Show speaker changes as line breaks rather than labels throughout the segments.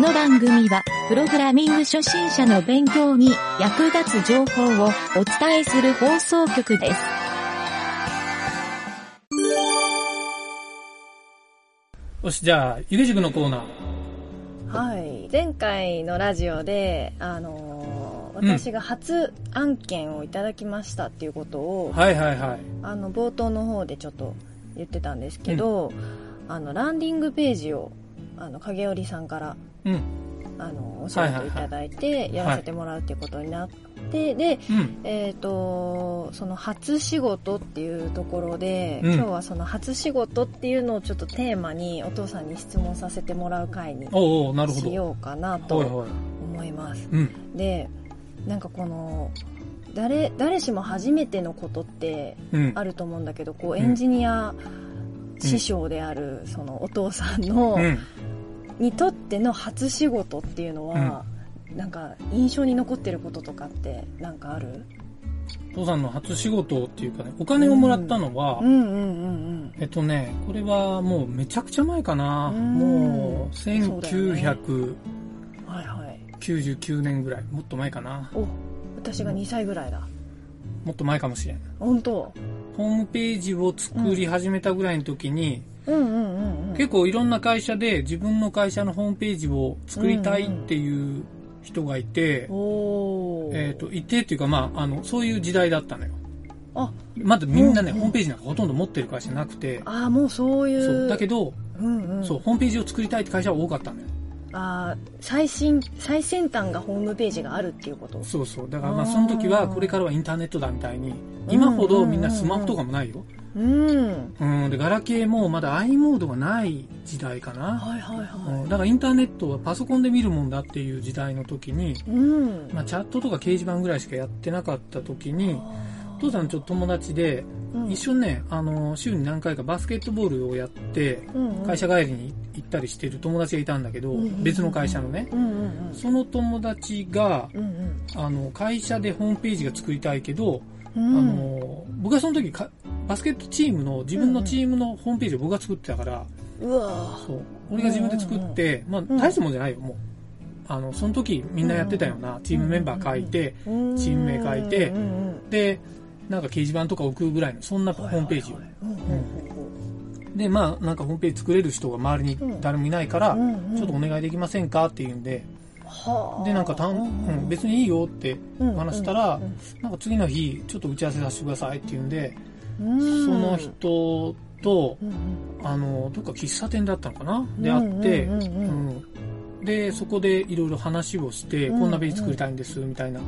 の番組は、プログラミング初心者の勉強に役立つ情報をお伝えする放送局です。
よし、じゃあ、ゆげ塾のコーナー。
はい、前回のラジオで、あのー
うん
私が初案件をいただきましたっていうことを、
はいはいはい。
あの冒頭の方でちょっと言ってたんですけど、あのランディングページをあの影織さんから
うん。
あのお仕事いただいてやらせてもらうっていうことになって、で、
うん。
えー、とその初仕事っていうところで、
うん
今日はその初仕事っていうのをちょっとテーマにお父さんに質問させてもらう回に
おうおうなるほど。
しようかなと
はいはい。
思います
うん。
でなんかこの誰誰しも初めてのことって
うん。
あると思うんだけどこう
うん
エンジニア師匠であるそのお父さんの、
うん。
にとっての初仕事っていうのは、なんか印象に残ってることとかってなんかある
父さんの初仕事っていうかね、お金をもらったのは、
うんうんうん
えっとね、これはもうめちゃくちゃ前かな。
うん
もう、
そうだよね
1999
うんはいはい
年ぐらい。もっと前かな。
お私が2歳ぐらいだ
もっと前かもしれん。
本当
ホームページを作り始めたぐらいの時に、
うんうんうんうん
結構いろんな会社で自分の会社のホームページを作りたいっていう人がいて、
おー
えっ、と、いてっていうか、まあ、あの、そういう時代だったのよ。
あ
まだみんなね、
うんうん
ホームページなんかほとんど持ってる会社なくて、
ああもうそういう
そう。だけど、
うんうん、
そう、ホームページを作りたいって会社は多かったのよ。
あー最新最先端がホームページがあるっていうこと
そうそう。だからまあ、
あー
その時は、これからはインターネットだみたいに、今ほどみんなスマホとかもないよ。
うん
うん、で、ガラケーもまだ i モードがない時代かな。
はいはい
うん
は
だからインターネットはパソコンで見るもんだっていう時代の時に、
いうん
まあ、チャットとか掲示板ぐらいしかやってなかった時に、父さんちょっと友達で、
うん
一緒にね、あの、週に何回かバスケットボールをやって、
うんうん
会社帰りに行ったりしてる友達がいたんだけど
うんうん、
別の会社のね。
うんうんうん
その友達が、
うん
あの、会社でホームページが作りたいけど、
う
あ
んうん
の、僕はその時か、バスケットチームの、自分のチームのホームページを僕が作ってたから、
うわ
そう。俺が自分で作って、まあ、
ん
大したもんじゃないよ、もう。あの、その時みんなやってたような、チームメンバー書いて、
チー
チーム名書いて
うんうん
で、なんか掲示板とか置くぐらいの、そんなホームページを。
うん
で、まあ、なんかホームページ作れる人が周りに誰もいないから、
うんうん
ちょっとお願いできませんかって言うんで、
はあ
で、なんかたん、うん、別にいいよって
うん
話したら、
うんうん
なんか次の日、ちょっと打ち合わせさせてくださいって言うんで、
うん
その人と
う、んうん
あの、どっか喫茶店だったのかなで
う
あ
ん
って、
うんうんうん
うんで、そこでいろいろ話をして、
うん
こんなページ作りたいんです、みたいな。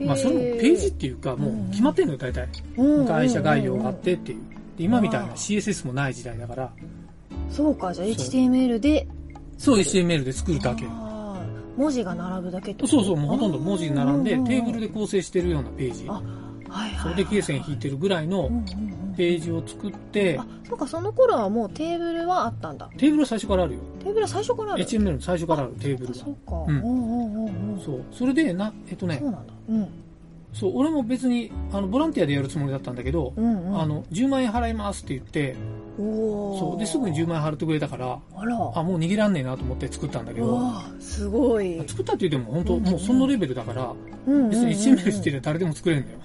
まあ、
へえ
それもページっていうか、もう決まってんのよ、大体。
うんうん
会社概要があってっていう。で今みたいな
あー
CSS もない時代だから、
そうかじゃあ
そう
HTML で
そう HTML で作るだけ。
あー文字が並ぶだけってこと
そうそう、もうほとんど文字に並んで、
あ
テーブルで構成してるようなページ。
あはいはい
それで罫線引いてるぐらい
う
の
んうんうん
ページを作って
あ、そうかその頃はもうテーブルはあったんだ
テーブルは最初からあるよ。
テーブルは最初からある
HTML の最初からあるテーブル
あ
が。
そうかう
う
んんうんうんうんそ
そう。それで、な、えっとね
う、なんだうん
そう、俺も別に、あの、ボランティアでやるつもりだったんだけど
う、んうん
あの、10万円払いますって言って、
おお
そう。で、すぐに10万円払ってくれたから、
あら
あ、もう逃げらんねえなと思って作ったんだけ
う
ど、
わーすごい
作ったって言っても本当、
うん
もうそのレベルだから、別に HTML してりゃ誰でも作れるんだよ。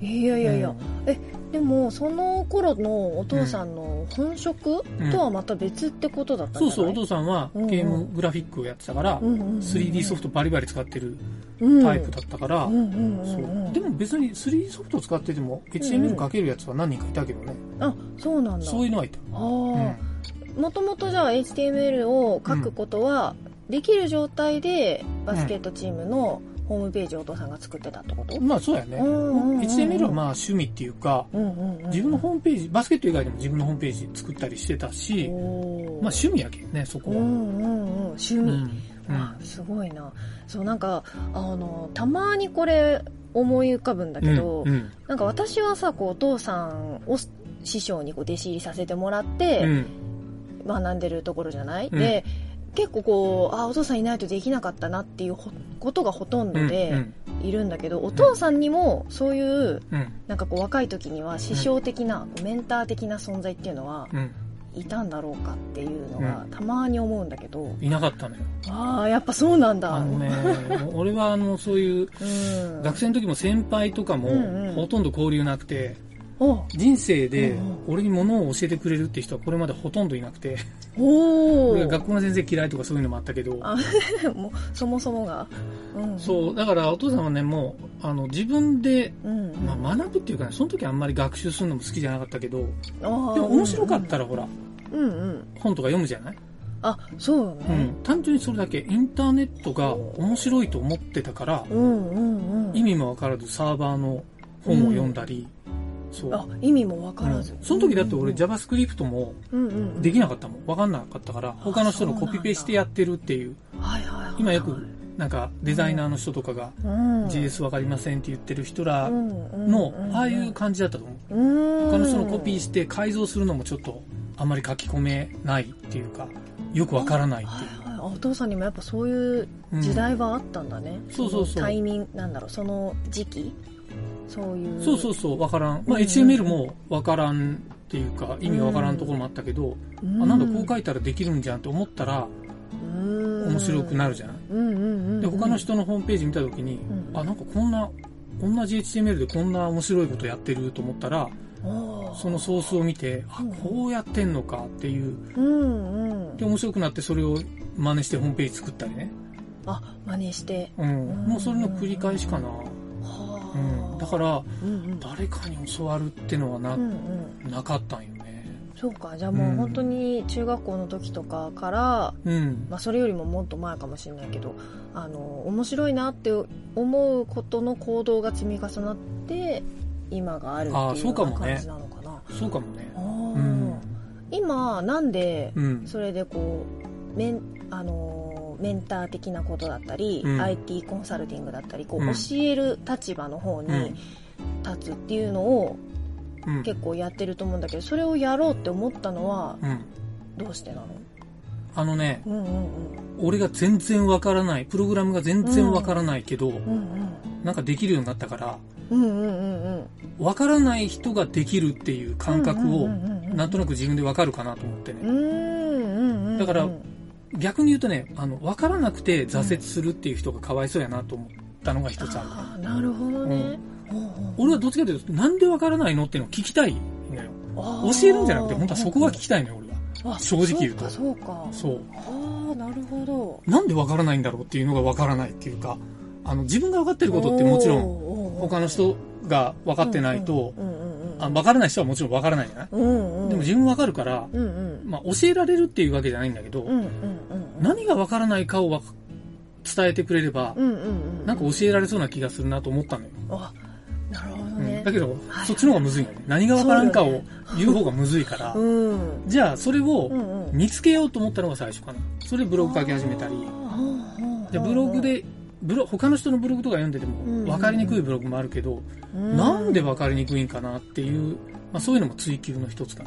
いやいやいや、
うん
でもその頃のお父さんの本職
ん
とはまた別ってことだった
そ
ん
う
じゃ
そ
な
う、お
い、
父さんは
うんうん
ゲームグラフィックをやってたから、
うんうんうん
3D ソフトバリバリ使ってる
うん
タイプだったから、
うんうんうん
そ
うん
うでも別に 3D ソフト使ってても HTML 書けるやつは何人かいたけどね、
あそうなんだ
そういうのはいた、
ああもともとじゃあ HTML を書くことはできる状態でバスケットチームのホームページをお父さんが作ってたってこと、
うん、まあそうやね、
うんうんうん
HTML はまあ趣味っていうか
うんうんうん、
自分のホームページバスケット以外でも自分のホームページ作ったりしてたし、
おー
まあ趣味やけんねそこ
う
は、
んうんうん趣味、
うん
わあすごいなそうなんかあのたまにこれ思い浮かぶんだけど、
うんうん
なんか私はさこうお父さんを師匠にこう弟子入りさせてもらっ
う
て
ん
学んでるところじゃない、
うん
で結構こうあお父さんいないとできなかったなっていうほことがほとん
う
ど
ん
でいるんだけど、お父さんにもそういう
うん
なんかこう若い時には師匠的な、こうメンター的な存在っていうのは
うん
いたんだろうかっていうのがたまに思うんだけど、
いなかったのよ。
ああやっぱそうなんだ
あのね、俺はあの、そういう、
うん
学生の時も先輩とか
うんう
も
ん
ほとんど交流なくて、
お
人生で
うん
俺に物を教えてくれるって人はこれまでほとんどいなくて、
お
俺
ー
が学校の先生嫌いとかそういうのもあったけど、
あ もうそもそもが、うん、
そう、だからお父さんはね、もう、あの、自分で、
うん、うん、
まあ、学ぶっていうかね、その時あんまり学習するのも好きじゃなかったけど、
あー
でも面白かったらほら、
うんうん、うんうん、
本とか読むじゃない
あそうよ
う
ね
ん。単純にそれだけ、インターネットが面白いと思ってたから、
うんうんうん
意味もわからずサーバーの本を読んだり、そう。
あ意味もわからず、
うんその時だって俺
じゃ
JavaScript も
うんうん
できなかったもん。わかんなかったから、他の人のコピペしてやってるっていう、
はいはいはいはい
今よくなんかデザイナーの人とかが
うん
JS わかりませんって言ってる人ら
の
の、ああいう感じだったと思う。
他
他の人のコピー
し
して改造するのもちょっとあんまり書き込めないっていうか、よくわからないって
はい
いう
はいあお父さんにもやっぱそういう。
うん
時代はあったんだね、
そうそうそう
のタイミングなんだろうその時期そういう
そうそうそう、わからん。まあ、
うん
HTML もわからんっていうか、意味がわからんところもあったけど、
うん
あ、なんだこう書いたらできるんじゃんって思ったら、
うん
面白くなるじゃない。
うんうんうんうん
で、他の人のホームページ見たときに、
うん
あ、なんかこんな、同じ HTML でこんな面白いことやってると思ったら、
ああ
そのソースを見て、あ
うん、
こうやってんのかっていう。
うんうん
で、面白くなってそれを真似してホームページ作ったりね。
あ真似して
うん。もうそれの繰り返しかな。
は
う
あ、
ん。だから、
うんうん
誰かに教わるってのはな、
うんうん
なかったんよね。
そうかじゃあもう本当に中学校の時とかから
うん。
まあ、それよりももっと前かもしれないけどあの面白いなって思うことの行動が積み重なって今があるって
あー
いう
そ
よ
うか
うな
もね
感じなのかな
そうかもね。
あ
うん
ー。今なんで
うん。
それでこうメン,、あのーメンター的なことだったり、
うん
IT コンサルティングだったりこう、
うん
教える立場の方
うん
に立つっていうのを
うん。
結構やってると思うんだけどそれをやろうって思ったのは
うん。
どうしてなの
あのね、
うんうんうん
俺が全然わからない、プログラムが全然わからないけど、
うんうん
なんかできるようになったから、
うんうんうんうん
わからない人ができるっていう感覚を、
な
なんとなく自分でわかるかなと思ってね。
だ
だから逆に言うとね、あの、わからなくて挫折するっていう人がかわいそうやなと思ったのが一つあるか
あーなるほどね、
ら。俺はどっちかというと、なんでわからないのっていうのを聞きたいんだよ。教えるんじゃなくて、本当はそこが聞きたいのよ、俺は。
き
正直言うと
そうかそうか
そう。
ああなるほど
なんでわからないんだろうっていうのがわからないっていうか、あの、自分がわかってることってもちろん、
ん
他の人が分かってないと、あ分
か
からない人はもちろん分からないじゃない、
うんうん
でも自分分かるから、
うんうん
まあ、教えられるっていうわけじゃないんだけど、
うんうんうん
何が分からないかをわ伝えてくれれば、
うんうんうん
なんか教えられそうな気がするなと思ったのよ。
あなるほど
う
ね
ん、だけど、
はい
そっちの方がむずいよね。何が分からんか
そうだ
を言う方がむずいから、
うん
じゃあそれを
うんうん
見つけようと思ったのが最初かな。それでブログ書き始めたり、でブログ、で、ブロ他の人のブログとか読んでて
うんうん
も分かりにくいブログもあるけど、
うん
なんで分かりにくいんかなっていう、まあ、そういうのも追求の一つか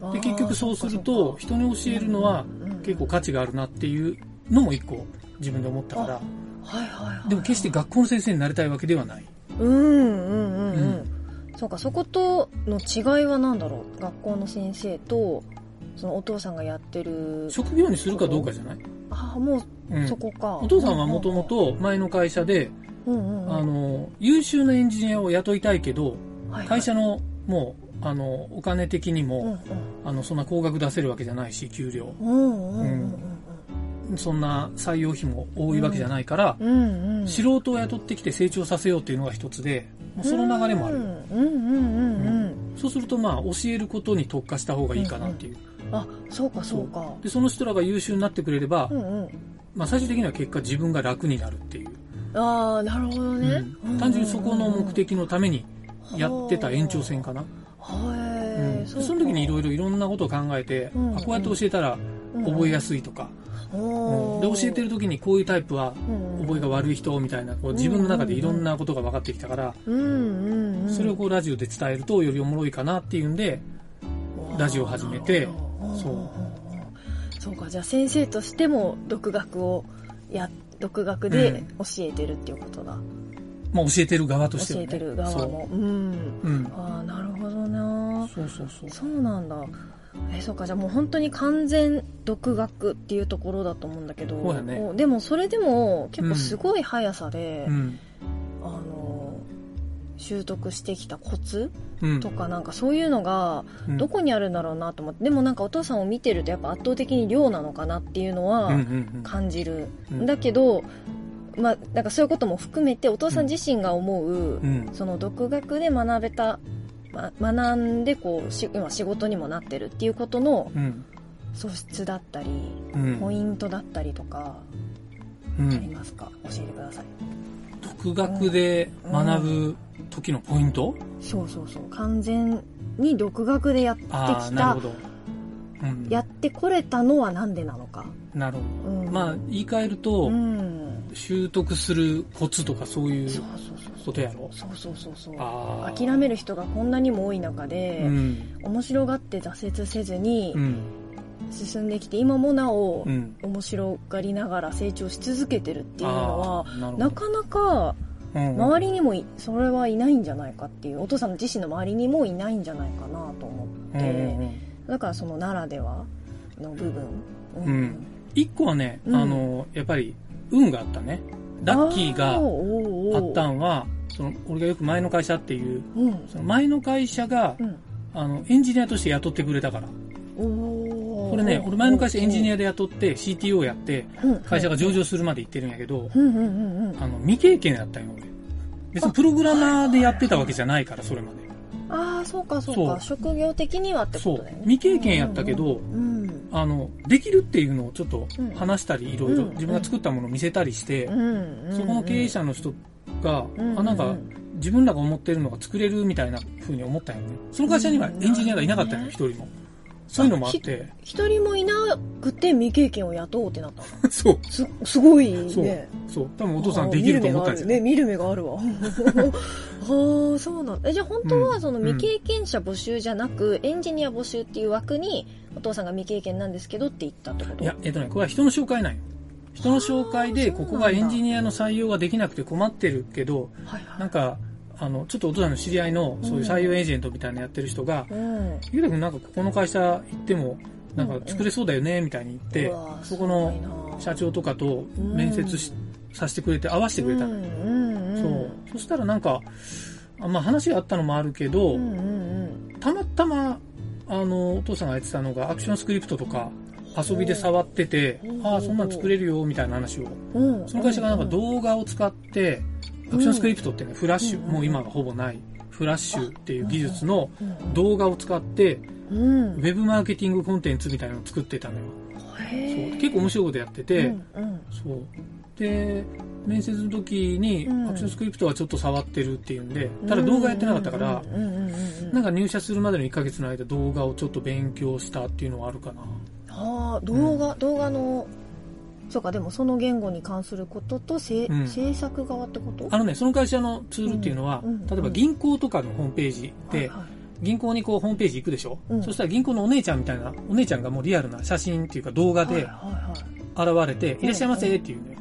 な。で、結局そうすると、人に教えるのは結構価値があるなっていうのも一個自分で思ったから、
構はいはいはい
でも決して学校の先生になりたいわけではない。
うんうんうんうん、そうかそことの違いは何だろう学校の先生とそのお父さんがやってる
職業にするかどうかじゃない
ああもう
う
そ
ん。
こか、
お父さんはもともと前の会社で、
うんうんうん
あの、優秀なエンジニアを雇いたいけど、
はいはい
会社のもう、あの、お金的に
うんう
も、
ん
あの、そんな高額出せるわけじゃないし、給料。
うんうんうんうん
そんな採用費も多いわけじゃないから、
うんうんうん
素人を雇ってきて成長させようっていうのが一つで、まあその流れもあ
う
る。
んうんうんうんうん
そうするとまあ教えることに特化した方がいいかなっていう。
あそうかそうか
で、その人らが優秀になってくれれば、
うんうん
まあ最終的には結果自分が楽になるっていう。
ああなるほどね、
うん単純にそこの目的のためにやってた延長線かな。
はい、
うんでその時にいろいろいろんなことを考えて、
うんうん
あこうやって教えたら覚えやすいとか、
い、
うんで、教えてる時にこういうタイプは覚えが
が
悪い人みたいな、こう自分の中でいろんなことが分かってきたから、
うんうんうん
それをこうラジオで伝えるとよりおもろいかなっていうんで、ラジオを始めてそう
うそうかじゃあ先生としても独学をや独学で教えてるっていうことだ、
まあ、教えてる側として
教
は、
え
ね、
てる側もうん
そう、うん、
ああなるほどな
そうそうそう
そうなんだえそうかじゃあもう本当に完全独学っていうところだと思うんだけど
そうだね
こでもそれでも結構すごい速さで、
うん
あの習得してきたコツ
うん
とかなんかそういうのが
うん
どこにあるんだろうなと思って、でもなんかお父さんを見てるとやっぱ圧倒的に量なのかなっていうの
うんう
は
ん
感じる、
うん
だけど、まあ、なんかそういうことも含めてお父さん自身が思う、
うんうん
その独学で学べた、ま、学んでこうし今仕事にもなってるっていうことの
うん
素質だったり
うん
ポイントだったりとか
う
あり
ん
ますか、教えてください
独学で学ぶ時のポイント、
そうそうそう完全に独学でやってき
ああ
た
なるほど、うん、
やってこれたのはなんでなのか、
なるほ
うん
どまあ言い換えると、
うん、
習得するコツとかそうい
そう
う
そうそうそ
こ
う
とやろ
そうそうそうそう
あー
諦める人がこんなにも多い中で、
うん
面白がって挫折せずに
うん
進んできて、今もなお、
うん
面白がりながら成長し続けてるっていうの
あ
は
ーなるほど
なかなか
うん
周りにもいそれはいないんじゃないかっていうお父さん自身の周りにもいないんじゃないかなと思っ
うんうんう
て
ん
だからそのならではの部分
うん一個はね、
うん
あの、やっぱり、運があったね。ラッキーが
あ
あ
ー
ったんは、その、俺がよく前の会社っていう、
うん
その前の会社が、
うん
あの、エンジニアとして雇ってくれたから。
おー
これね、俺前の会社エンジニア
で
で雇って CTO やって、会社が上場するまで行ってるんやけど、
うんうんうんうん
あの、未経験やったんよ、俺。別にプログラマーでやってたわけじゃないから、それまで。
ああそうかそうか職業的にはってこ
そ
と
う
だよ。ね
未経験やったけど、
うん
あの、できるっていうのをちょっと
うん
話したり、いろいうろ
ん
自分が作ったものを見せたりして
う、ん
そこの経営者の人が、あ、なん
う
か
う、
自分らが思ってるのが作れるみたいな風に思ったんよね。その会社にはエンジニアがいなかったんよ、
うん
一人も。そういうのもあって。
一人もいなくて未経験を雇おうってなったの
そう、
すすごいね
そうそう。多分お父さんできると思ったんですよ。
見る目があるね見る目があるわ はあそうなんだえじゃあ本当はその未経験者募集じゃなく、エンジニア募集っていう枠にお父さんが未経験なんですけどって言ったってこと
いや、えっとね、これは人の紹介なんよ。人の紹介で、
あーそうなんだ
ここがエンジニアの採用ができなくて困ってるけど、
はいはい
なんか、あの、ちょっとお父さんの知り合いの、そういう採用エージェントみたいなのやってる人が、
うん
ゆうたくんなんかここの会社行っても、なん
うんう
か
ん
作れそうだよね、みたいに言
う
っ
わ
て、そこの
すごい
社
な
長とかと面接し
う
させてくれて、合わせてくれたの
うんうんうん
そう。そしたらなんか、あまあ話があったのもあるけど、
うんうん
たまたま、あの、お父さんがやってたのがアクションスクリプトとか遊びで触ってて
う、ん
ああ、そんなん作れるよ、みたいな話を。
うんうん
その会社がなんか
う
動画を使って、アクションスクリプトってね、フラッシュ、
うん
もう今はほぼない、フラッシュっていう技術の
うん
動画を使って、
うん
ウェブマーケティングコンテンツみたいなのを作ってたのよ。そう
へー
結構面白いことやってて、
うんうん
そう。で、面接の時に
うん、
アクションスクリプトはちょっと触ってるっていうんで、ただ動画やってなかったから、
うんうんうんうん
なんか入社するまでの1ヶ月の間、動画をちょっと勉強したっていうのはあるかな。
ああ動画、動画のそうかでもその言語に関することとせ、
うん
制作側ってこと
あのね、その会社のツールっていうのは、
うんうん
例えば銀行とかのホームページ
はい
で、
はい
銀行にこうホームページ行くでしょ、
うん
そしたら銀行のお姉ちゃんみたいな、お姉ちゃんがもうリアルな写真っていうか動画
はい
で
は
現れて、いらっしゃいませっていうね、
い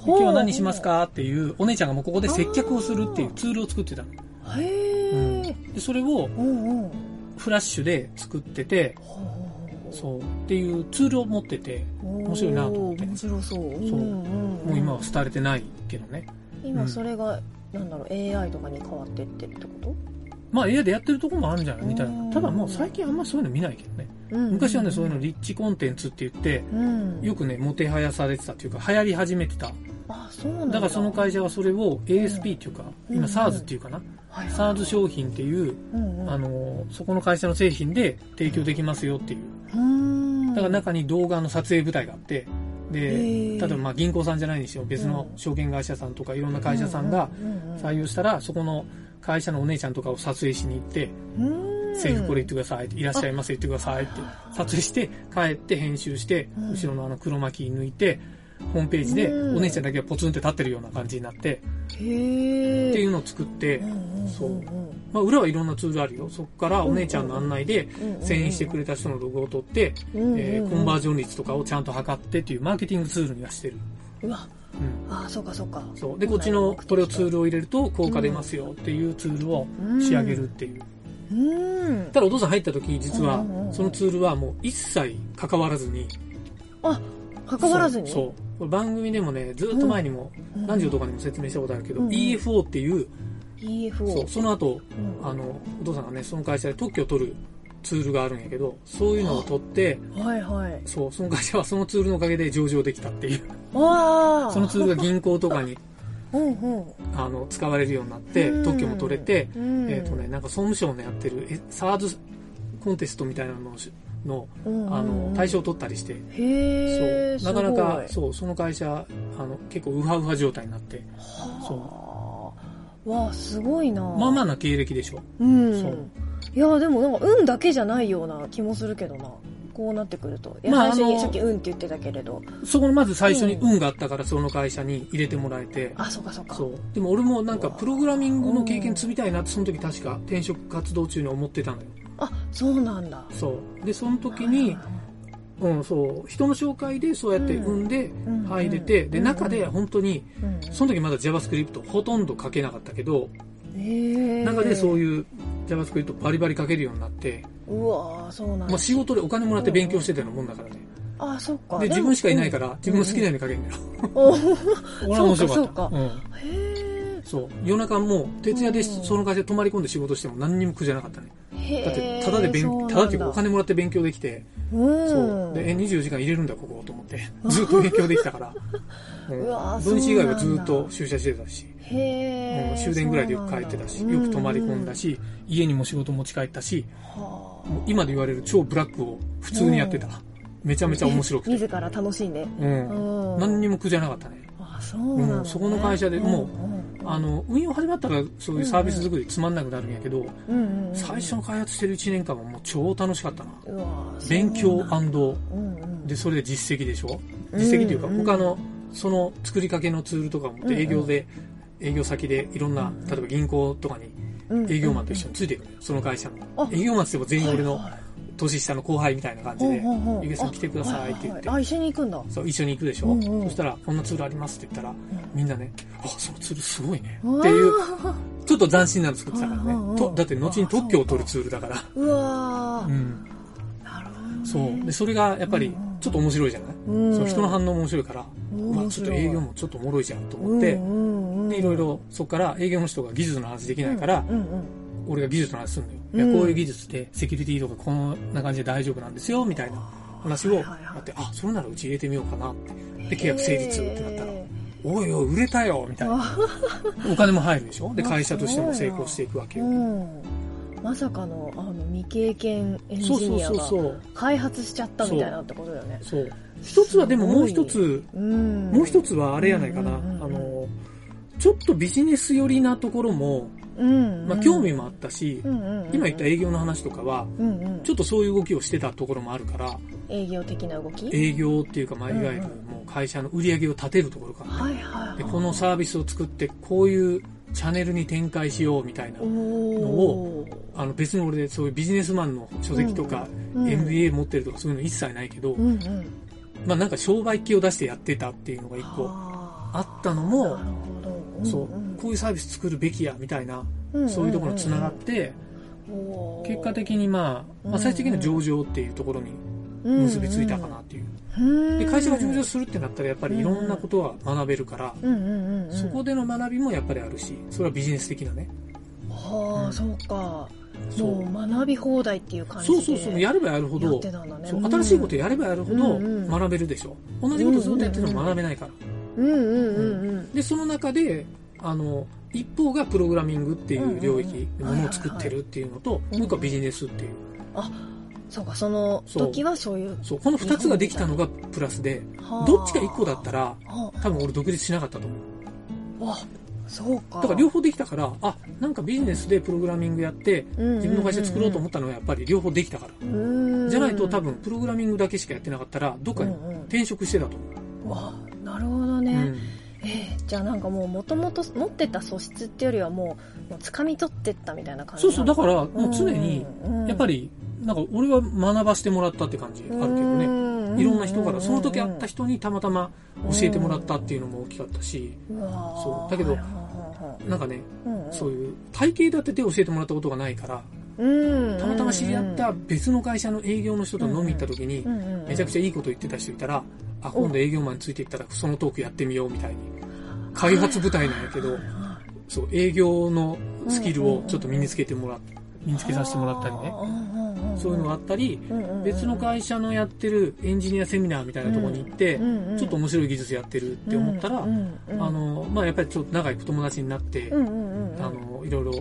今日は何しますかっていう、お姉ちゃんがもうここで接客をするっていうツールを作ってたの。
ほうへえ、
で、それを
うん、うんうん
フラッシュで作ってて、
ほうほうほ
そう、っていうツールを持ってて、
う面
面白いなと思って
面白そうそ
そうん
んん
もう今は廃れてないけどね。う
今
ん
それが、なんだろう AI とかに変わってってるってこ
まあ AI でやってるとこもあるんじゃないみたい
うん
な。ただもう最近あんまりそういうの見ないけどね。
と、うん
昔はね、そういうのリッチコンテンツって言って、
うん
よくね、もてはやされてたっていうか、流行り始めてた。
あそうなんだ
だからその会社はそれを ASP っていうか、
うん
今 SARS っていうかな。
はいはい
SARS 商品っていう、
うんうん
あのー、そこの会社の製品で提供できますよっていう。
うん
だから中に動画の撮影部隊があって、
へ
で、
ー
例えばまあ銀行さんじゃないにしよう、別の証券会社さんとかいろんな会社さんが
うんうんうん
採用したら、そこの会社のお姉ちゃんとかを撮影しに行って、
うん
制服これ言ってください、いらっしゃいませ言ってくださいって、撮影して、帰って編集して、
うん
後ろのあの黒巻き抜いて、ホームページで、
うん
お姉ちゃんだけがポツンって立ってるような感じになって、
へえ
っていうのを作って、そうまあ、裏はいろんなツールあるよ。そこからお姉ちゃんの案内で、遷移してく
れ
れた人のログを取って、えーコンバージョン率とかをちゃんと測ってっていうマーケティングツールにはしてる。
うわ
うん
ああそうかそうか
そうでこっちのこれをツールを入れると効果出ますよっていうツールを仕上げるっていう、
うん
ただお父さん入った時実は
うんうんうん
そのツールはもう一切関わらずに
あ関わらずに
そうそうこれ番組でもねずっと前にも
うん
何時とかにも説明したことあるけど、
うん
EFO っていう
EFO
そうその後
うん
あのお父さんがねその会社で特許を取るツールがあるんやけどそういうのを取って
はいはい
そうその会社はそのツールのおかげで上場できたっていう
ああ
そのツールが銀行とかに
うんうん
あの使われるようになって
うん
特許も取れて、
うん
えっ、とねなんか総務省のやってるえサーズコンテストみたいなのをしの
うんうん
あの大賞を取ったりして、
へえ
そうなかなかそうその会社あの結構ウハウハ状態になって
そうわあすごいな
まあまあな経歴でしょ
うん
そう
いやでもなんか運だけじゃないような気もするけどなこうなってくるといや
まあ
最初
あ
に
の
さっき「運って言ってたけれど
そこのまず最初に
うん
運があったからその会社に入れてもらえて、
あそうかそうか
そうでも俺もなんかプログラミングの経験積みたいなってその時確か転職活動中に思ってたんだよ
あそうなんだ
そうでその時に、うん、そう人の紹介でそうやって
うん
産んで
うん
入れて、
うん
で中で本当に
うん
その時まだ JavaScript ほとんど書けなかったけど、
へえ
中でそう
う
いう JavaScript バリバリ書けるようになって、
うわーそうなん
ま
だ
あ、仕事でお金もらって勉強してたようなもんだからね、
あそっか
で自分しかいないからら自分の好きなように書けるんだよ、
お
俺は面白かった
そうかそう
うん
へ
そう夜中も徹夜で
うん
その会社泊まり込んで仕事しても何にも苦じゃなかったね
えへえ
だってただで勉、ただっていうかお金もらって勉強できて、
うん
そうでえ24時間入れるんだここと思って ずっと勉強できたから、うん
うわー
土日以外は
そう
ず
なんだ
っと出社してたし、
へえ、
うん終電ぐらいでよく帰ってたし
そう
よ
なんだ
く泊まり込んだ、し、家にも仕事持ち帰ったし
うんはあ
もう今で言われる超ブラックを普通にやってた、めちゃめちゃ面白くて、
自ら楽しんで
うん
うん
何にも苦じゃなかったね
あそうなんだ、ね
うんそこの会社でもうあ
の、
の運用始まったらそういうサービス作りつまんなくなるんやけど、
うんうんうん
最初の開発してる1年間はもう超楽しかったな
うわー
勉
そう
強
なんだうんうん
でそれで実績でしょ実績というか、
うんうん
他のその作りかけのツールとかも
うんうん
営業で、営業先でいろんな、
うん
例えば銀行とかに
うんうん
営業マンと一緒についていくのよ、その会社
あ
の。営業マンって言っても全員俺の
はいはい
年下の後輩みたいな感じで、
ほうほうほう
ゆげさん来てくださいって言って
あ、はいはいあ一緒に行くんだ
そう一緒に行くでしょ、
うんうん
そしたら、こんなツールありますって言ったら、みんなね、あ、そのツールすごいね。
わー
っていう、ちょっと斬新なの作ってたから
うんうんう
ね。
ん
とだって後に特許を取るツールだから。
うわ
う
ー
ん。
なるほどね
そう。で、それがやっぱり
うんうん
ちょっと面白いじゃない、
うん
そう人の反応も面白いから、
うん
うわ、
面
ちょ
白
っ
い
と営業もちょっとおもろいじゃんと思って、
うんうんうん
でいろいろそこから営業の人が技術の話できないから、
うんうん
俺が技術の話するのよ、
うん
いやこういう技術でセキュリティとかこんな感じで大丈夫なんですよみたいな話
は
をや
いはいはい
って、あそれならうち入れてみようかなってで契約成立ってなったら
へ
おいおい売れたよみた
ー
いな
わ
お金も入るでしょで
わ
会社としても成功していくわけよ、
うんまさかのあの未経験エン
そう
ジ
そう
ニア
そう
が
そう
開発しちゃったみたいなってことだよね
そう一つはでももう一
す
つ
うん
もう一つはあれやないかな、
うんうんうんうん
あのちょっとビジネス寄りなところも、
うん
まあ、興味もあったし、
うんうんうん
今言った営業の話とかは
うんうん
ちょっとそういう動きをしてたところもあるから、
営業的な動き
営業っていうか、まあ、いわゆるもう会社の売り上げを立てるところから、
はいはいはい
でこのサービスを作って、こういうチャンネルに展開しようみたいな
お、ー
のあの別に俺、そういうビジネスマンの書籍とか、
うん
MBA 持ってるとか、そういうの一切ないけど
う、んうん
まあ、なんか商売機を出してやってたっていうのが一個あ
あ
ったの
ー
も
な、るほどんん
そう、こういうサービス作るべきやみたいな、
んん
そういうところにつながって、
おー
結果的にまあ、まあ、最終的には上場っていうところに結びついたかなっていう。
うん
で会社が上場するってなったらやっぱりいろんなことは学べるから、
うんうんうんうん
そこでの学びもやっぱりあるしそれはビジネス的なね
は
う
あ
ん
そうか
そ
も
う
う学び放題っていう感じ
そ
で
うそうそうやればやるほ
やっ
ど
てたんだね
そう
うん
新しいことやればやるほど
うんうん
学べるでしょ同じことずっとやってても学べないから
うんうんうんうん
でその中であの一方がプログラミングっていう領域
うんうんうん
ものを作ってるっていうのと
いはい
もう一個はビジネスっていう
そうかその時はそういう
そうこの2つができたのがプラスで
はあ
どっちか1個だったら
は
多分俺独立しなかったと思う
あわそうか
だから両方できたからあなんかビジネスでプログラミングやって自分の会社作ろうと思ったのはやっぱり両方できたから
うん
じゃないと多分プログラミングだけしかやってなかったらどっか
う
に
んうん
転職してたと思う、
わあなるほどね、
うん
えーじゃあなんかもう元々持ってた素質っていうよりはもうもう掴み取ってったみたいな感じ
そうそうだかららもう常にやっぱ
り
りなんか俺は学ばせてもらったって感じあるけどね
ね
いろんな人からその時会った人にたまたま教えてもらったっていうのも大きかったしそうだけどなんかねそういう体系立てて教えてもらったことがないからたまたま知り合った別の会社の営業の人と飲み行った時にめちゃくちゃいいこと言ってた人いたらあ今度営業マンについていったらそのトークやってみようみたいに開発部隊なんやけどそう営業のスキルをちょっと身につけてもら身につけさせてもらったりねそういうのがあったり、別の会社のやってるエンジニアセミナーみたいなところに行って、ちょっと面白い技術やってるって思ったら、あの、まあ、やっぱりちょっと長い友達になって、あの、いろいろ、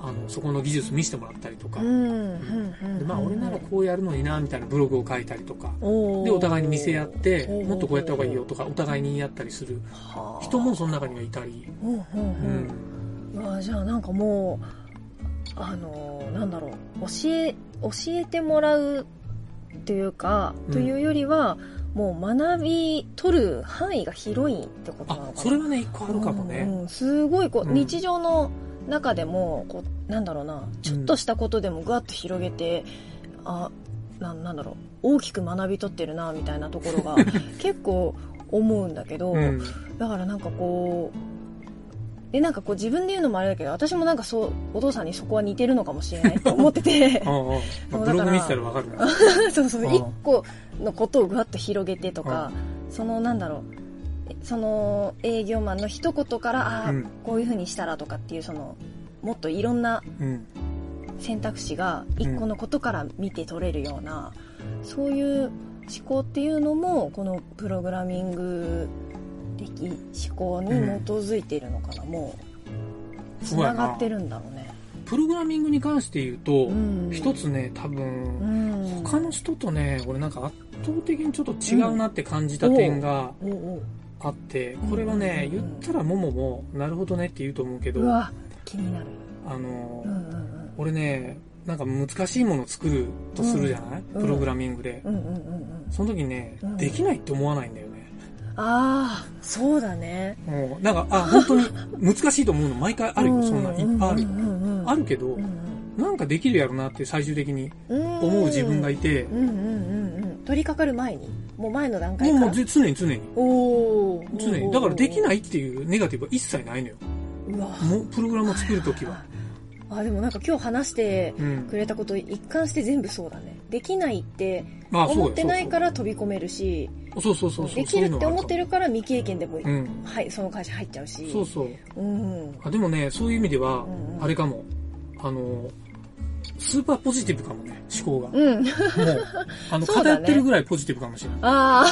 あの、そこの技術見せてもらったりとか、まあ、俺ならこうやるのにな、みたいなブログを書いたりとか、で、お互いに見せ合って、もっとこうやった方がいいよとか、お互いに言い合ったりする人もその中にはいたり、うん。
あじゃあなんかもう、あのなんだろう教え教えてもらうというか、うん、というよりはもう学び取る範囲が広いってことなのかな
それはね一個あるかもね、
うんうん、すごいこう、うん、日常の中でもこうなんだろうなちょっとしたことでもぐわっと広げて、うん、あななんだろう大きく学び取ってるなみたいなとこ ろが結構思うんだけど、だからなんかこうでなんかこう自分で言うのもあれだけど私もなんかそうお父さんにそこは似てるのかもしれない と思ってて
まあ、ブログ見てたらわかるな
そうそう一個のことをぐわっと広げてとかそのなんだろうその営業マンの一言から、ああ、うん、こういうふうにしたらとかっていうそのもっといろんな選択肢が一個のことから見て取れるような、うん、そういう思考っていうのもこのプログラミング的思考に基づいているのかな、うん、もうつながってるんだろうね
プログラミングに関して言うと、うん、一つね多分、うん、他の人とね俺なんか圧倒的にちょっと違うなって感じた点があって、これはね、言ったらもももなるほどねって言うと思うけど
気になる
あの、俺ねなんか難しいものを作るとするじゃない、プログラミングで、その時にね、できないって思わないんだよね
ああ、そうだね。
もう、なんか、あ、本当に 難しいと思うの毎回あるよ、そんな、いっぱいあるよ。あるけど、なんかできるやろなって最終的に思う自分がいて。
うんうんうんうん。取り掛かる前にもう前の段階
からもうもう常に常に。
お
常に。だからできないっていうネガティブは一切ないのよ。
うわ
もうプログラムを作るときは。
あ、でもなんか今日話してくれたこと一貫して全部そうだね。できないって思ってないから飛び込めるし、
そうそうそう
できるって思ってるから未経験でも、はい、その会社入っちゃうし。
そうそう。
うん、
あでもね、そういう意味では、あれかも、あの、スーパーポジティブかもね、思考が。
うん。
もう、 あの、偏ってるぐらいポジティブかもしれない。
あ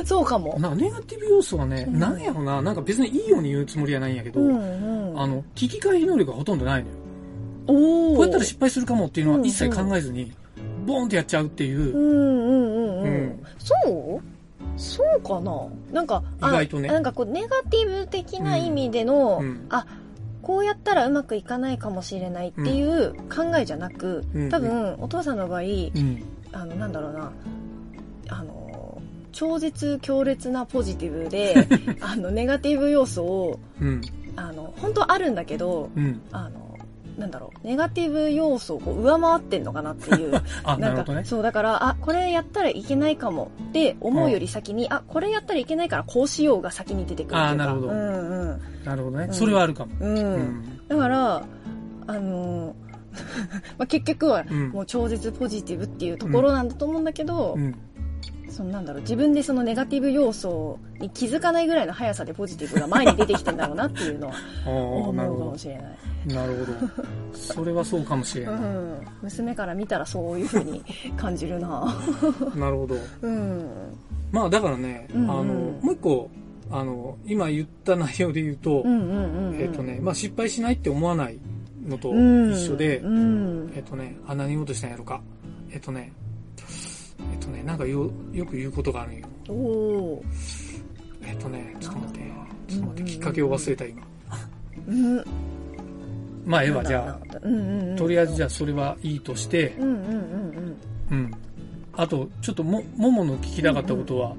あ、 そうかも。
なネガティブ要素はね、なんやろな、なんか別にいいように言うつもりはないんやけど、あの、危機回避能力がほとんどないのよ。
お
こうやったら失敗するかもっていうのは一切考えずに、ボンってやっちゃうっていう。
うんうんうんうん。そうそうかななんか、
意外とね。
なんかこう、ネガティブ的な意味での、うん、あ、こうやったらうまくいかないかもしれないっていう考えじゃなく、うん、多分、お父さんの場合、うん、あの、なんだろうな、あの、超絶強烈なポジティブ で、あの、ネガティブ要素を、
うん、
あの、本当あるんだけど、あの、なんだろう、ネガティブ要素を上回ってんのかなって いう。
あ、
なん
か、ね、
そう、だから、あ、これやったらいけないかもって思うより先に、うん、あ、これやったらいけないからこうしようが先に出てくる
あ、なるほど。
うんうん。
なるほどね。それはあるかも。
うん。だから、あ のまあ結局は、もう超絶ポジティブっていうところなんだと思うんだけど、うんうんそのなんだろう自分でそのネガティブ要素に気づかないぐらいの速さでポジティブが前に出てきてんだろうなっていう のは思うかもしれない、
なるほどそれはそうかもしれない、うん
娘から見たらそういうふうに感じるな
なるほど、
うん、
まあだからね、あの、うん、もう一個あの今言った内容で言うとえっとね、まあ、失敗しないって思わないのと一緒で、
うんうん、
えっとねあ何事したんやろかえっとねえっとね、なんかよよく言うことがあるよ。
お
えっとね、ちょっと待って、ちょっと待って、きっかけを忘れた今。
うん、
まあ、ええわ、じゃあ、とりあえずじゃあそれはいいとして、
うんうんうん
うん。うん。あと、ちょっとも、ももの聞きたかったことは、うん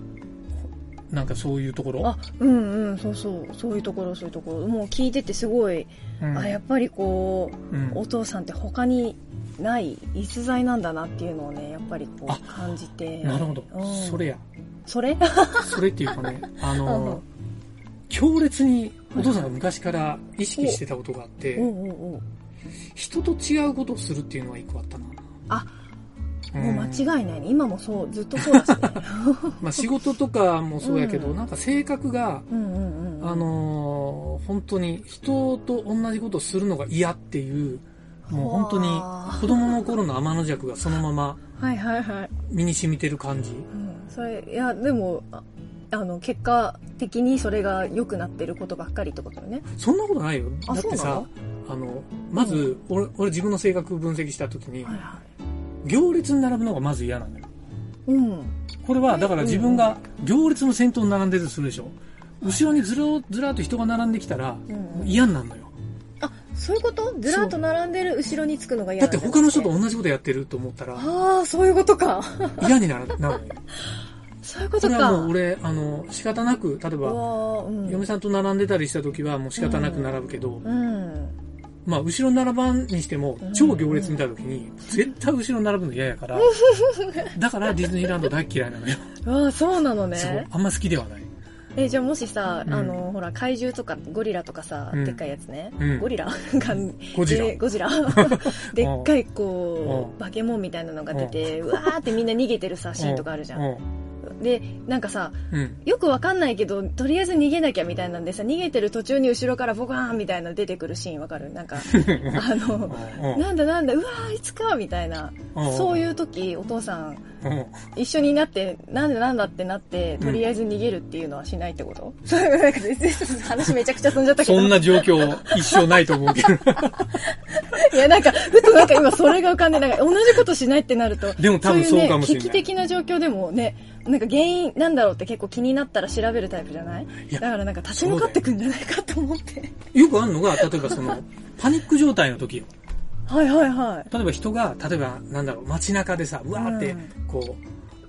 うん、なんかそういうところ
あ、うんうん、そうそう、そういうところ、そういうところ。もう聞いててすごい、うん、あ、やっぱりこう、うん、お父さんって他にない逸材なんだなっていうのをねやっぱりこう感じて
なるほど、うん、それや
それ
それっていうか ねあの、強烈にお父さんが昔から意識してたことがあって、人と違うことをするっていうのは一個あったな
あもう間違いないね今もそうずっとそうだし、ね、
まあ仕事とかもそうやけど、うん、なんか性格が、あのー、本当に人と同じことをするのが嫌っていうもう本当に子供の頃の天の弱がそのまま
はいはいはい、
身に染みてる感じ、うん
それいやでもあの結果的にそれが良くなってることばっかりってことよね
そんなことないよだってさあのまず俺,うん、俺自分の性格分析した時に、はいはい、行列に並ぶのがまず嫌なのよ、
うん、
これはだから自分が行列の先頭に並んでるとするでしょ、うん、後ろにずらずらっと人が並んできたら、嫌になるのよ
あそういうことずらっと並んでる後ろにつくのが嫌
だって他の人と同じことやってると思った ら
ああそういうことか
嫌になるなるのよ
そういうこと
か。それはもう俺、あの、仕方なく、例えば、うん、嫁さんと並んでたりした時はもう仕方なく並ぶけど、
うん、
まあ、後ろ並ばんにしても、超行列見た時に、絶対後ろ並ぶの嫌やから、だからディズニーランド大嫌いなの よ。、
ああ、そうなのね。そう
あんま好きではない。
え、じゃあもしさ、うん、あの、ほら、怪獣とかゴリラとかさ、でっかいやつね。ゴリラ が、
ゴジラ。
ゴ ジラでっかい、こう、化け物みたいなのが出て、うわーってみんな逃げてるさ、シーンとかあるじゃん。でなんかさ、うん、よくわかんないけどとりあえず逃げなきゃみたいなんでさ逃げてる途中に後ろからボカーンみたいな出てくるシーンわかるなん かあのなんだなんだうわーいつかみたいなそういう時お父さん一緒になってなんだなんだってなってとりあえず逃げるっていうのはしないってこと、うん、なんか全然話めちゃくちゃ飛んじゃったけ
ど そんな状況一生ないと思うけど
いやなんかふとなんか今それが浮かんでなんか同じことしないってなると
でも多分そうかもしれな
危
い
機的な状況でもねなんか原因なんだろうって結構気になったら調べるタイプじゃないだからなんか立ち向かってくんじゃないかと思って。
よくあるのが、例えばその、パニック状態の時よ。。
はいはいはい
例えば人が、例えばなんだろう、街中でさ、うわーって、こう、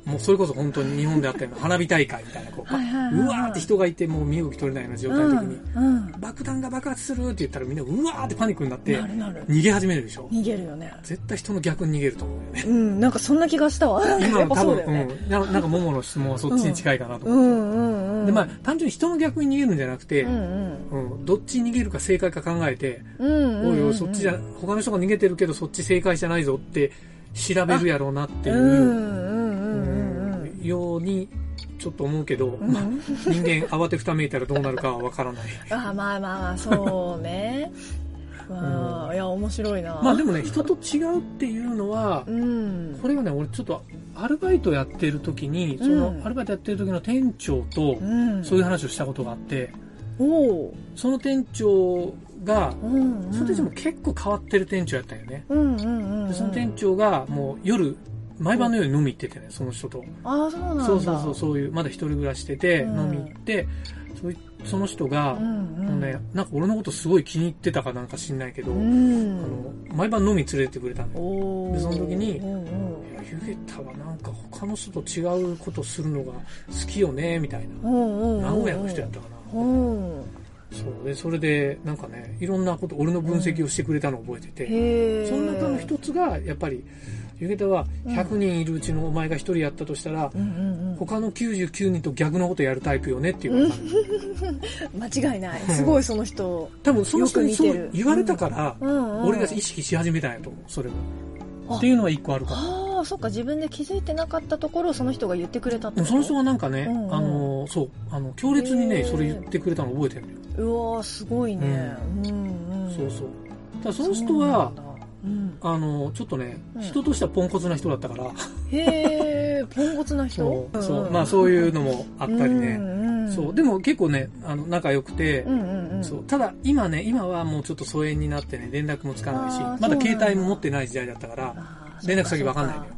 もうそれこそ本当に日本であったような花火大会みたいな、こう、うわーって人がいて、もう身動き取れないような状態の時に、爆弾が爆発するって言ったらみんなうわーってパニックになって、逃げ始めるでしょ。
逃げるよね。
絶対人の逆に逃げると思うよね。
うん、なんかそんな気がしたわ。
今の多分、うん、なんか桃の質問はそっちに近いかなと思って。で、まあ単純に人の逆に逃げるんじゃなくて、うんどっちに逃げるか正解か考えて、おいおい、そっちじゃ、他の人が逃げてるけどそっち正解じゃないぞって調べるやろうなっていう、ように、ちょっと思うけど、まあ、人間慌てふためいたらどうなるかはわからない
あまあまあそう ねまあ、いや面白いな
まあでもね人と違うっていうのは、うん、これはね俺ちょっとアルバイトやってる時にその、アルバイトやってる時の店長と、そういう話をしたことがあって、
うん、
その店長が、うんうん、その店長も結構変わってる店長やったんよね、
で
その店長がもう夜毎晩のように飲み行っててね、その人と。
ああ、そうなんだ。
そうそうそう、そういう、まだ一人暮らしてて、うん、飲み行って、そその人が、うんうん、ね、なんか俺のことすごい気に入ってたかなんか知んないけど、うん、あの毎晩飲み連れてくれたのよ。で、その時に、うんうん、いや、ゆげたはなんか他の人と違うことするのが好きよね、みたいな。名古屋の人やったかな。うんそうでそれでなんかねいろんなこと俺の分析をしてくれたのを覚えてて、うん、その中の一つがやっぱりゆげたは100人いるうちのお前が1人やったとしたら、他の99人と逆のことやるタイプよねって言われた、
うん、間違い ない、すごいその人
多分その人にそう言われたから、俺が意識し始めたんやと思うそれがっていうのは1個あるから
ああそっか自分で気づいてなかったところをその人が言ってくれたって
その人がなんかね、うんうん、あのそうあの強烈にねそれ言ってくれたの覚えてる
のようわすごいね、うん、うん、
そうそうだその人はうん、あのちょっとね、うん、人としてはポンコツな人だったから
へえポンコツな
人そうまあそういうのもあったりね、そうでも結構ねあの仲良くて、そうただ今ね今はもうちょっと疎遠になってね連絡もつかないしまだ携帯も持ってない時代だったから連絡先分かんないのよ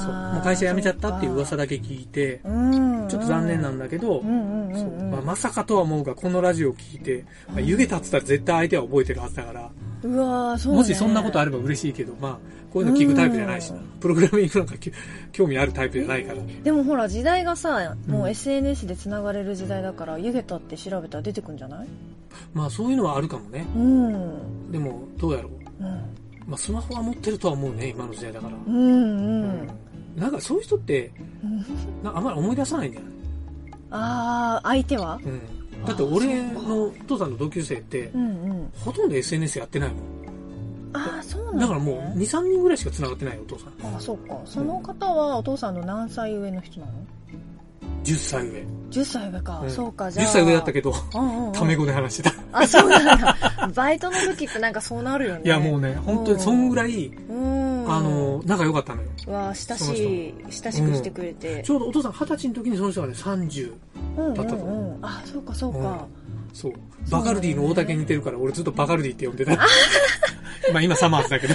そうもう会社辞めちゃったっていう噂だけ聞いて、うんうん、ちょっと残念なんだけど、まあ、まさかとは思うがこのラジオを聞いて、まあ、湯気立つったら絶対相手は覚えてるはずだから、
うわそう、
ね、もしそんなことあれば嬉しいけど、まあ、こういうの聞くタイプじゃないしな、プログラミングなんか 興味あるタイプじゃないから、
でもほら時代がさもう SNS でつながれる時代だから「湯、うん、げた」って調べたら出てくんじゃない
まあそういうのはあるかもね、
うん、
でもどうやろう、
うん、
まあ、スマホは持ってるとは思うね今の時代だから、
うんうん。
なんかそういう人ってなんかあんまり思い出さないんだよね、
ああ、相手は
うん、だって俺のお父さんの同級生って
うんうん。
ほとんど SNS やってないもん
ああ、そうなん
だからもう
ね
23人ぐらいしか繋がってないよお父さん
ああ、そうか。その方はお父さんの何歳上の人なの
10歳上
?10 歳上か。
うん
そうか、じゃあ。
10歳上だったけど
ど。うんうんうん、
タメ語で話してた
あ、そうなんだ。 バイトの時ってなんかそうなるよね。
いやもうね本当にそんぐらい
うん。
あ、の仲良かったのよ
わあ、親しい、親しくしてくれて。
ちょうどお父さん二十歳の時にその人がね30
うんうん
だったと
うん。あ、そうか、そうか。
そうバカルディの大竹に似てるから俺ずっとバカルディって呼ん でたまあ今サマーズだ けど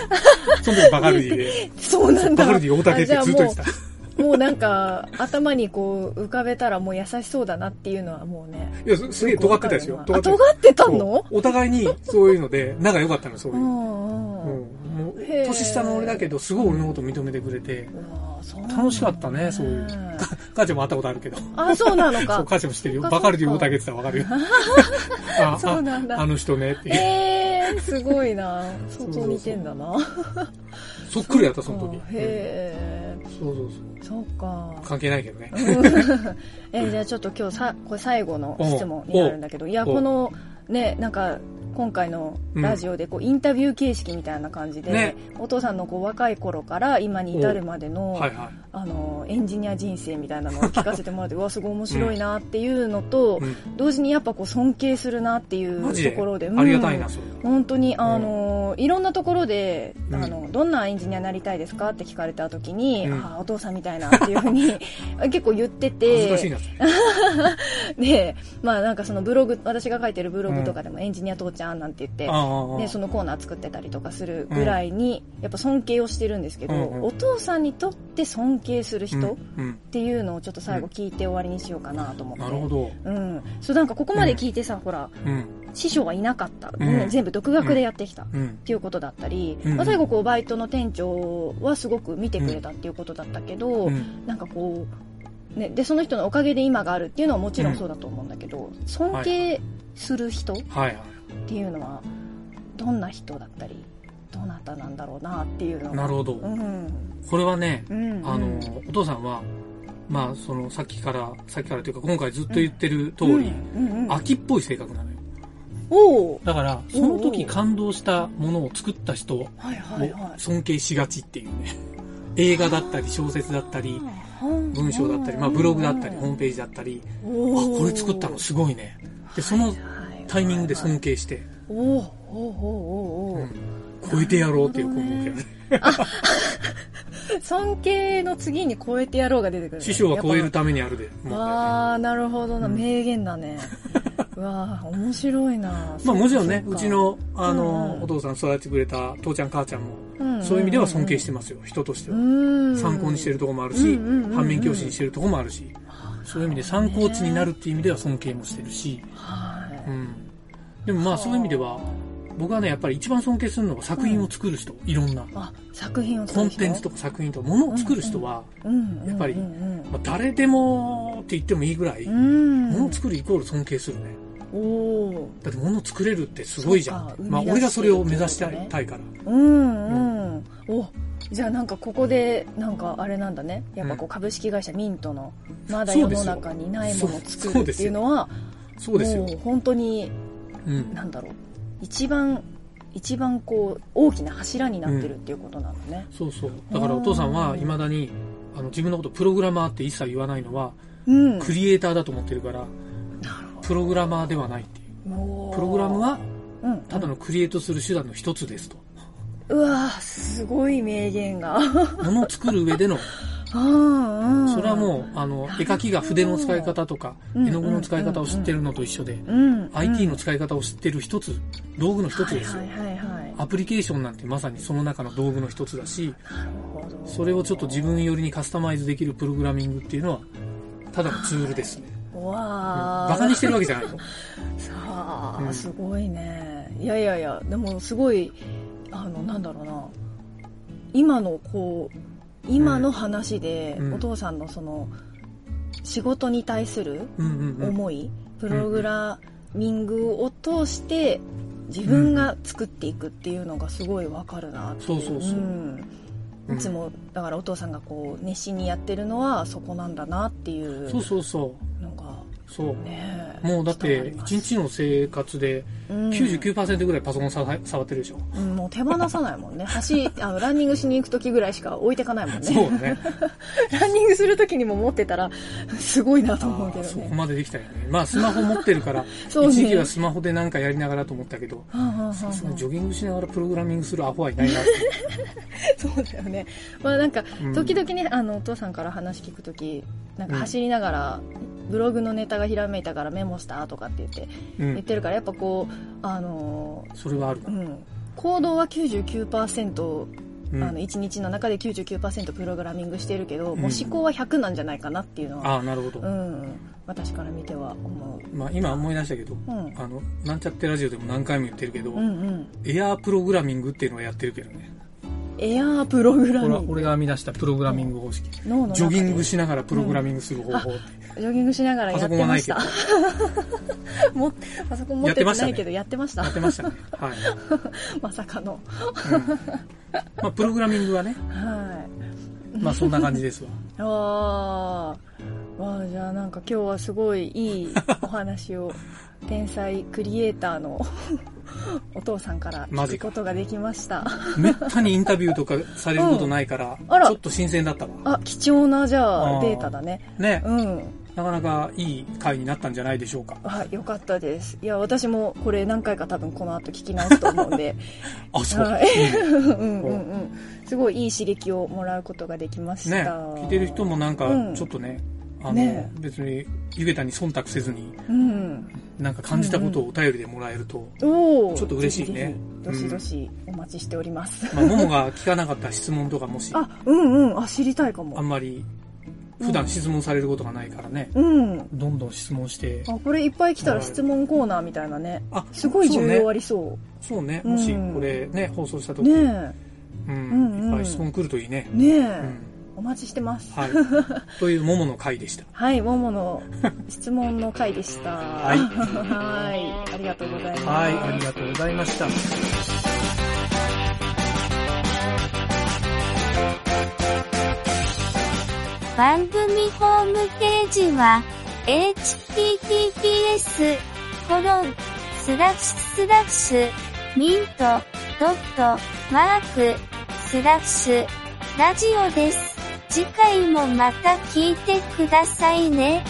その時バカルディで
そうなんだ。
バカルディ大竹ってずっと言ってた
あじゃあもうもうなんか、頭にこう、浮かべたらもう優しそうだなっていうのはもうね。
いやすすげえ尖ってたですよ
あ、
尖
尖
ってた
ってたの
そうお互いにそういうので仲良かったのそういうう、う
ん
ん
うん。
もう
へー
年下の俺だけどすごい俺のこと認めてくれて
うわそうなんだ
楽しかったねそういうか母ちゃんも会ったことあるけど
あ、そうなの
そ
か
う。母ちゃんも知ってるよ
そっか
バカルディ大竹って言ったら分かるよあ あ
そうなんだ
あの人ねっていう
えー、すごいな。
そ
相
うそうそう
当似てんだな。
そっくりだったその時
へえ、
そうそうそう
そうか。
関係ないけどね
えじゃあちょっと今日さこれ最後の質問になるんだけどいや
お
このねなんか今回のラジオでこうインタビュー形式みたいな感じで、
ね
お父さんのこう若い頃から今に至るまでの,、
はいは
あのエンジニア人生みたいなのを聞かせてもら ってうわすごい面白いなっていうのと
い、、うん
同時にやっぱこう尊敬するなっていう
マジ
と
で
ころで
ありがたい
うん
なそれ
本当にあの、いろんなところで、
うん
あのどんなエンジニアになりたいですかって聞かれた時に、
うん
あーお父さんみたいなっていうふう に結構言って
恥ずかしい
て
な
で、まあ、なんかそのブログ私が書いてるブログとかでも、エンジニア父ちゃんなんて言って
あ。ああ
ね、そのコーナー作ってたりとかするぐらいに、やっぱ尊敬をしてるんですけど、
うんうん
お父さんにとって尊敬する
うん
人っ
うん
ていうのをちょっと最後聞いて終わりにしようかなと思って、
なるほど
うん、そうなんかここまで聞いてさ、ほら
うん
師匠はいなかった、
ん
全部独学でやってきた、
うん
っていうことだったり、
うん
まあ、最後こうバイトの店長はすごく見てくれたっていうことだったけど、
うん
なんかこう、ね、でその人のおかげで今があるっていうのはもちろんそうだと思うんだけど、尊敬する人っ
はいはい
ていうのはどんな人だったりどなたなんだろうなっていうのが
なるほど
うん
これはね
うんうん
あのお父さんはまあそのさっきからさっきからというか今回ずっと言ってる通り
うんうんうん
秋っぽい性格なのよ
おお
だからその時感動したものを作った人を
はいはいはい
尊敬しがちっていうね映画だったり小説だったり文章だったり、まあ、ブログだったりホームページだったりあこれ作ったのすごいねでそのタイミングで
の
尊敬して、
おおおーおーおーおー、
うん、超えてやろうっていうこの動きがね
尊敬の次に超えてやろうが出てくる、ね、
師匠は超えるためにあるでもうね
ああなるほどな、
うん
名言だ ねうわあ面白いな
まあもちろんね
そうか
ちのあ
うんうん
のお父さん育ててくれた父ちゃん母ちゃんもそういう意味では尊敬してますよ人としては参考にしてるとこもあるし
うんうんうんうん
反面教師にしてるとこもあるしそういう意味で参考値になるっていう意味では尊敬もしてるし
はい
うんでもまあそういう意味では僕はねやっぱり一番尊敬するのは作品を作る人いろんな
あ作品を
コンテンツとか作品とかものを作る人はや
や
っぱり
うん
まあ誰でもって言ってもいいぐらい
うんうん、
ものを作るイコール尊敬するね
おお
だって物を作れるってすごいじゃん
そうか
まあ
生み出してる
俺がそれを目指した
ってこと
い
ね
たいから
ーうんうんおじゃあなんかここでなんかあれなんだねやっぱこう株式会社ミントのまだ世の中にないものを作るっていうのは
そうですよ
もう本当に
うん
なんだろう一番一番こう大きな柱になってるっていうことなのね、
そうそうだからお父さんは
うん
いまだにあの自分のことプログラマーって一切言わないのは
うん
クリエイターだと思ってるから
なるほ
プログラマーではないっていう
ど
プログラム、は
うん、
ただのクリエイトする手段の一つですと
うわーすごい名言が
物を作る上での
うん、うん、
それはもうあの絵描きが筆の使い方とか
うん
絵の具の使い方を知ってるのと一緒で
う、うんうん、
IT の使い方を知ってる一つ道具の一つですよ
はいはいはいはい
アプリケーションなんてまさにその中の道具の一つだし
なるほど
それをちょっと自分寄りにカスタマイズできるプログラミングっていうのはただのツールですね、
う
うん
わー
バカにしてるわけじゃないよ
さあ、
うん
すごいねいやいやいやでもすごいあのなんだろうな今のこう今の話で、
うん
お父さんのその仕事に対する
うんうんうん
思い、プログラミングを通して自分が作っていくっていうのがすごいわかるなって
そうそうそう、うん
いつもだからお父さんがこう熱心にやってるのはそこなんだなっていう
そうそうそう
のが
そう、
ね
もうだって一日の生活で
うん
99%ぐらいパソコンさ触ってるでしょ、
うんもう手放さないもんね走あのランニングしに行く時ぐらいしか置いてかないもんね
そうだね
ランニングする時にも持ってたらすごいなと思うけ
あー
ど
そこ
ね
までできたよねまあスマホ持ってるから
そうね
一時期はスマホでなんかやりながらと思ったけど
はあはあはあはあ
そのジョギングしながらプログラミングするアホはいないなって
そうだよね。まあなんか
うん、
時々ね、あの、お父さんから話聞くとき、なんか走りながら、ブログのネタがひらめいたからメモしたとかって言って、
う
言っ
ん
てるから、やっぱこう、あの
それはある
ー、うん。行動は99%、
うん
あの、1日の中で99%プログラミングしてるけど、
うん
もう思考は100なんじゃないかなっていうのは、
ああなるほど、
うん。私から見ては思
まあ、今思い出したけど、
うん
あのなんちゃってラジオでも何回も言ってるけど、
う。うんうん。
エアープログラミングっていうのはやってるけどね
エアープログラ
こ
ミン
れは
グ。
俺が編み出したプログラミング方式、
脳の中で
ジョギングしながらプログラミングする方法、
ジョギングしながらやってました
パ。
もパソコン持ってないけどやってました
や。ってましたねはい、
まさかの。
うんまあ、プログラミングはね
はい。
まあそんな感じですわ
あーわあ、じゃあなんか今日はすごいいいお話を、天才クリエイターの お父さんから
マ
聞
ジ
く
か
ことができました。
めったにインタビューとかされることないから、
んあら
ちょっと新鮮だったわ
あ、貴重なじゃ
あ
あ
ー
データだね。
ね、
うん。
なかなかいい回になったんじゃないでしょうか
あ、よかったです。いや、私もこれ何回か多分この後聞き直すと思うん で。
あそう、
は
うん
うんうんうんうん。すごいいい刺激をもらうことができました。
ね聞いてる人もなんか
うん
ちょっとね、あの
ね
別にゆげたに忖度せずに
うん。
なんか感じたことをお便りでもらえると、
おお。
ちょっと嬉しいね
ぜひぜひどしどしお待ちしております。
まあ、ももが聞かなかった質問とかもし、あ
あ、うんうん。あ、知りたいかも。
んまり普段質問されることがないからね、
うん。
どんどん質問して、
あ、これいっぱい来たら質問コーナーみたいなね。
あ、
すごい重要あ
り
りそ
そうね。
うん
もしこれね、放送した
う。
時、
ね
う
う
ん、
んうん
いっぱい質問来るといいね
え。。ねえ、
うん、
お待ちしてます。はい。
はい。というももの回でした。
モモの質問の回で した。はい はい。ありがとうございます。
はい、ありがとうございました。
番組ホームページは、https, コロン、スラッシュスラッシュ、ミント、ドット、マーク、スラッシュ、ラジオです。次回もまた聞いてくださいね。